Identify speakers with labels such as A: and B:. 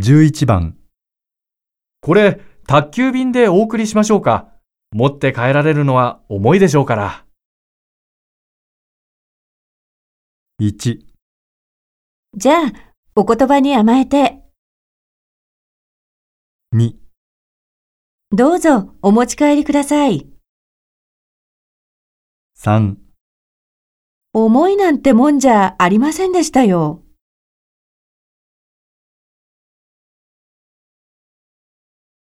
A: 11番、
B: これ、宅急便でお送りしましょうか。持って帰られるのは重いでしょうから。
A: 1、
C: じゃあ、お言葉に甘えて、
A: 2、
C: どうぞお持ち帰りください。
A: 3
C: 重いなんてもんじゃありませんでしたよ。